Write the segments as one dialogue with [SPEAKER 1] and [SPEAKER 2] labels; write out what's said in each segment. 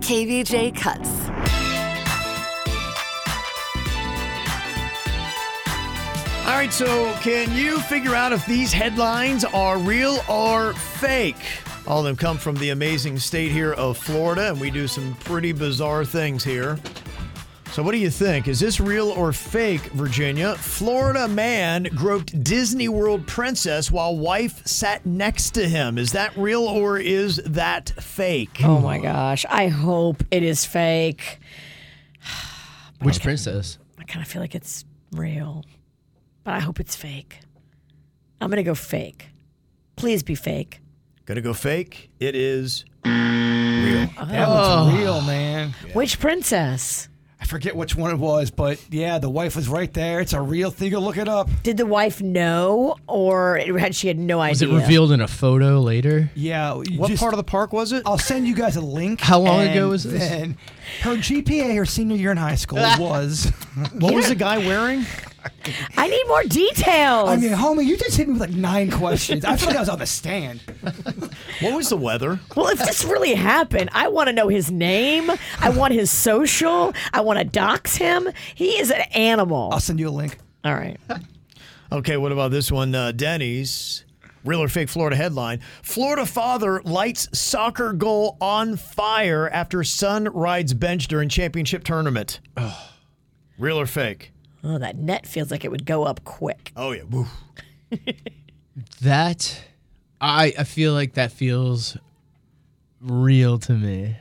[SPEAKER 1] KVJ Cuts.
[SPEAKER 2] All right, so can you figure out if these headlines are real or fake? All of them come from the amazing state here of Florida, and we do some pretty bizarre things here. So, what do you think? Is this real or fake, Virginia? Florida man groped Disney World princess while wife sat next to him. Is that real or is that fake?
[SPEAKER 3] Oh my gosh. I hope it is fake.
[SPEAKER 4] Which princess?
[SPEAKER 3] I kind of feel like it's real, but I hope it's fake. I'm going to go fake. Please be fake.
[SPEAKER 2] Gonna go fake. It is.
[SPEAKER 5] That was real, man.
[SPEAKER 3] Which princess?
[SPEAKER 5] I forget which one it was, but yeah, the wife was right there. It's a real thing. You look it up.
[SPEAKER 3] Did the wife know or it- had she had no
[SPEAKER 4] Was
[SPEAKER 3] idea?
[SPEAKER 4] it revealed in a photo later?
[SPEAKER 5] Yeah. you
[SPEAKER 2] What
[SPEAKER 5] just-
[SPEAKER 2] part of the park was it?
[SPEAKER 5] I'll send you guys a link.
[SPEAKER 4] How long
[SPEAKER 5] and
[SPEAKER 4] ago was this?
[SPEAKER 5] Then her GPA, her senior year in high school, was.
[SPEAKER 2] What was the guy wearing?
[SPEAKER 3] I need more details.
[SPEAKER 5] I mean, homie, you just hit me with like nine questions. I feel like I was on the stand.
[SPEAKER 2] What was the weather?
[SPEAKER 3] well, if this really happened, I want to know his name. I want his social. I want to dox him. He is an animal.
[SPEAKER 5] I'll send you a link.
[SPEAKER 3] All right.
[SPEAKER 2] Okay, what about this one? Uh, Denny's real or fake Florida headline: Florida father lights soccer goal on fire after son rides bench during championship tournament. Real or fake?
[SPEAKER 3] Oh, that net feels like it would go up quick.
[SPEAKER 2] Oh yeah. Woo.
[SPEAKER 4] That I I feel like that feels real to me.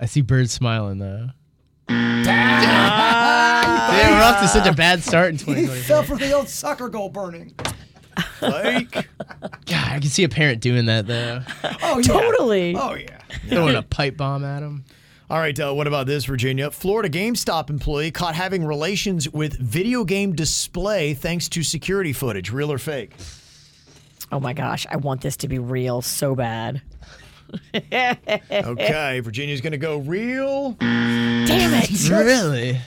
[SPEAKER 4] I see Bird smiling though. They were off to such a bad start in
[SPEAKER 5] He
[SPEAKER 4] 2020.
[SPEAKER 5] fell for the old soccer goal burning.
[SPEAKER 2] Fake.
[SPEAKER 4] God, I can see a parent doing that though,
[SPEAKER 5] Oh yeah.
[SPEAKER 3] Totally.
[SPEAKER 5] Oh yeah.
[SPEAKER 4] throwing a pipe bomb at him.
[SPEAKER 2] All right. Uh, what about this, Virginia? Florida GameStop employee caught having relations with video game display thanks to security footage. Real or fake?
[SPEAKER 3] Oh my gosh, I want this to be real so bad.
[SPEAKER 2] Okay, Virginia's gonna go real.
[SPEAKER 3] Damn it.
[SPEAKER 4] Really?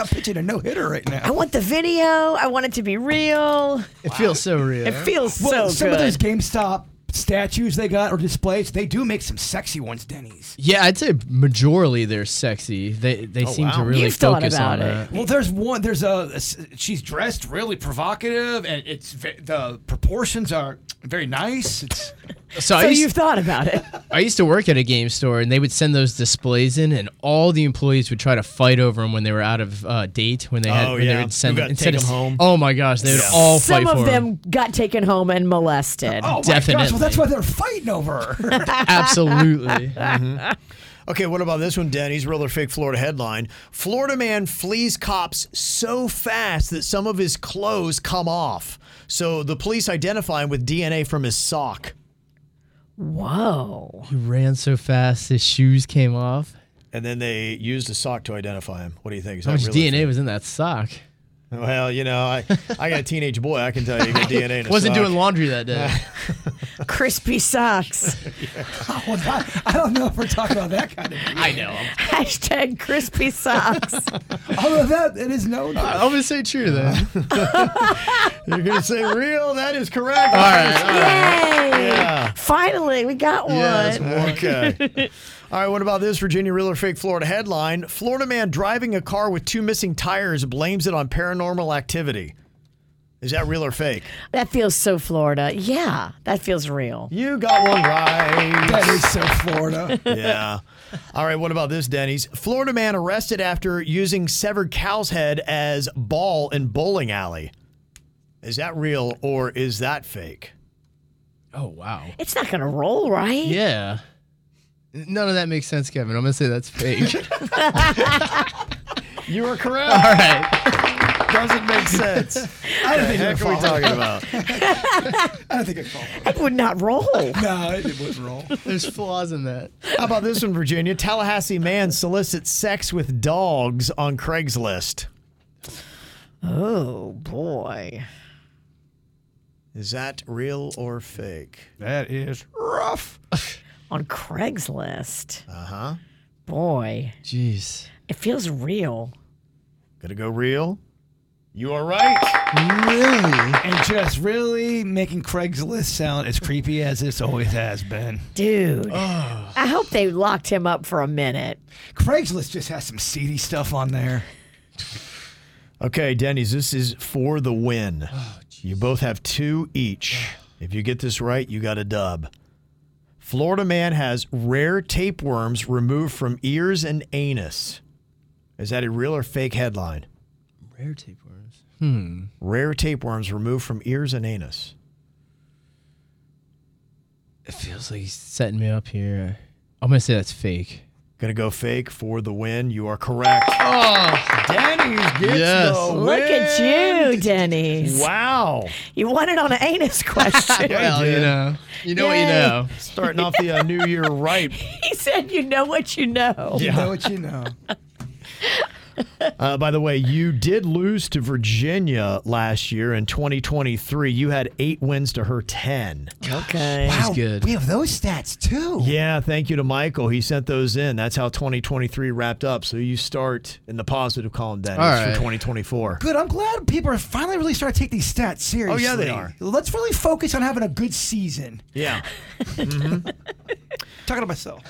[SPEAKER 5] I'm pitching a no hitter right
[SPEAKER 3] I
[SPEAKER 5] now.
[SPEAKER 3] want the video. I want it to be real.
[SPEAKER 4] It feels so real.
[SPEAKER 3] It feels
[SPEAKER 5] Well,
[SPEAKER 3] so
[SPEAKER 5] some
[SPEAKER 3] good.
[SPEAKER 5] of those GameStop statues they got or displays, they do make some sexy ones, Denny's.
[SPEAKER 4] yeah, I'd say majorly they're sexy. They they seem
[SPEAKER 2] wow.
[SPEAKER 4] to really
[SPEAKER 3] Oh, You've thought
[SPEAKER 4] focus
[SPEAKER 3] about
[SPEAKER 4] on
[SPEAKER 3] it.
[SPEAKER 4] that.
[SPEAKER 5] Well, there's one. There's a. She's dressed really provocative, and it's ve- the proportions are very nice. It's oh
[SPEAKER 4] So, I
[SPEAKER 3] so
[SPEAKER 4] used-
[SPEAKER 3] you've thought about it.
[SPEAKER 4] I used to work at a game store, and they would send those displays in, and all the employees would try to fight over them when they were out of uh, date. When they had,
[SPEAKER 2] Oh,
[SPEAKER 4] when
[SPEAKER 2] yeah.
[SPEAKER 4] they would send
[SPEAKER 2] Who
[SPEAKER 4] them
[SPEAKER 2] got-
[SPEAKER 4] instead
[SPEAKER 2] take
[SPEAKER 4] of
[SPEAKER 2] 'em home?
[SPEAKER 4] Oh my gosh, they would all
[SPEAKER 3] Some
[SPEAKER 4] fight for
[SPEAKER 3] of
[SPEAKER 4] 'em.
[SPEAKER 3] them got taken home and molested.
[SPEAKER 5] oh my gosh!
[SPEAKER 4] Definitely.
[SPEAKER 5] Well, that's why they're fighting over. her.
[SPEAKER 4] Absolutely.
[SPEAKER 2] Okay, what about this one, Denny's real or fake Florida headline? Florida man flees cops so fast that some of his clothes come off. So the police identify him with DNA from his sock.
[SPEAKER 3] Whoa.
[SPEAKER 4] he ran so fast, his shoes came off.
[SPEAKER 2] And then they used a sock to identify him. What do you think? Is
[SPEAKER 4] How much
[SPEAKER 2] real or
[SPEAKER 4] DNA was in that sock?
[SPEAKER 2] fake? Well, you know, I, I got a teenage boy. I can tell you, you got DNA in a
[SPEAKER 4] Wasn't
[SPEAKER 2] sock.
[SPEAKER 4] doing laundry that day.
[SPEAKER 3] Crispy socks.
[SPEAKER 5] Well, I, I don't know if we're talking about that kind of.
[SPEAKER 4] I know. I'm,
[SPEAKER 3] Hashtag crispy socks.
[SPEAKER 5] Although that it is known.
[SPEAKER 4] I'm gonna say true though. all
[SPEAKER 2] You're going to say real? That is correct.
[SPEAKER 4] right. all right.
[SPEAKER 3] Yay.
[SPEAKER 2] Yeah.
[SPEAKER 3] Finally, we got one.
[SPEAKER 4] that's
[SPEAKER 2] Okay. All right, what about this Virginia real or fake Florida headline? Florida man driving a car with two missing tires blames it on paranormal activity. Is that real or fake?
[SPEAKER 3] that feels so Florida. Yeah, that feels real.
[SPEAKER 2] You got one right.
[SPEAKER 5] That is so Florida.
[SPEAKER 2] yeah. All right, what about this, Denny's? Florida man arrested after using severed cow's head as ball in bowling alley. Is that real or is that fake?
[SPEAKER 4] Oh wow.
[SPEAKER 3] It's not going to roll, right?
[SPEAKER 4] Yeah. None of that makes sense, Kevin. I'm gonna say that's fake.
[SPEAKER 2] You are correct.
[SPEAKER 4] all right.
[SPEAKER 2] Doesn't make sense.
[SPEAKER 5] I don't think
[SPEAKER 2] heck are we talking about?
[SPEAKER 5] I don't think I'd fall.
[SPEAKER 3] It would not roll.
[SPEAKER 5] No, it, it wouldn't roll.
[SPEAKER 4] There's flaws in that.
[SPEAKER 2] How about this one, Virginia? Tallahassee man solicits sex with dogs on Craigslist.
[SPEAKER 3] Oh boy.
[SPEAKER 2] Is that real or fake?
[SPEAKER 5] That is rough.
[SPEAKER 3] On Craigslist. Uh huh. Boy,
[SPEAKER 4] Jeez.
[SPEAKER 3] it feels real.
[SPEAKER 2] Gonna go real? You are right.
[SPEAKER 4] Really?
[SPEAKER 5] And just really making Craigslist sound as creepy as this always has been.
[SPEAKER 3] Dude, I hope they locked him up for a minute.
[SPEAKER 5] Craigslist just has some seedy stuff on there.
[SPEAKER 2] Okay, Denny's, this is for the win.
[SPEAKER 4] Oh,
[SPEAKER 2] you both have two each. if you get this right, you got a dub. Florida man has rare tapeworms removed from ears and anus. Is that a real or fake headline?
[SPEAKER 4] Rare tapeworms. Hmm.
[SPEAKER 2] Rare tapeworms removed from ears and anus.
[SPEAKER 4] It feels like he's setting me up here. I'm gonna say that's fake.
[SPEAKER 2] Gonna go fake for the win. You are correct.
[SPEAKER 4] Oh.
[SPEAKER 2] Denny's gets
[SPEAKER 4] Yes.
[SPEAKER 2] the
[SPEAKER 4] Look
[SPEAKER 3] Look at you,
[SPEAKER 2] win.
[SPEAKER 3] Denny's.
[SPEAKER 2] Wow.
[SPEAKER 3] You won it on an anus question.
[SPEAKER 4] Well, you know, you know what
[SPEAKER 3] Yay.
[SPEAKER 4] you know.
[SPEAKER 2] Starting off the uh, new year right.
[SPEAKER 3] he said, "You know what you know."
[SPEAKER 5] You know what you know.
[SPEAKER 2] Uh, by the way, you did lose to Virginia last year in 2023. You had eight wins to her 10.
[SPEAKER 3] Okay.
[SPEAKER 4] He's good.
[SPEAKER 5] We have those stats too.
[SPEAKER 2] Yeah, thank you to Michael. He sent those in. That's how 2023 wrapped up. So you start in the positive column, Dennis,
[SPEAKER 4] All right.
[SPEAKER 2] for 2024.
[SPEAKER 5] Good. I'm glad people are finally really starting to take these stats seriously.
[SPEAKER 2] Oh, yeah, they are.
[SPEAKER 5] Let's really focus on having a good season.
[SPEAKER 2] Yeah.
[SPEAKER 5] Talking to myself.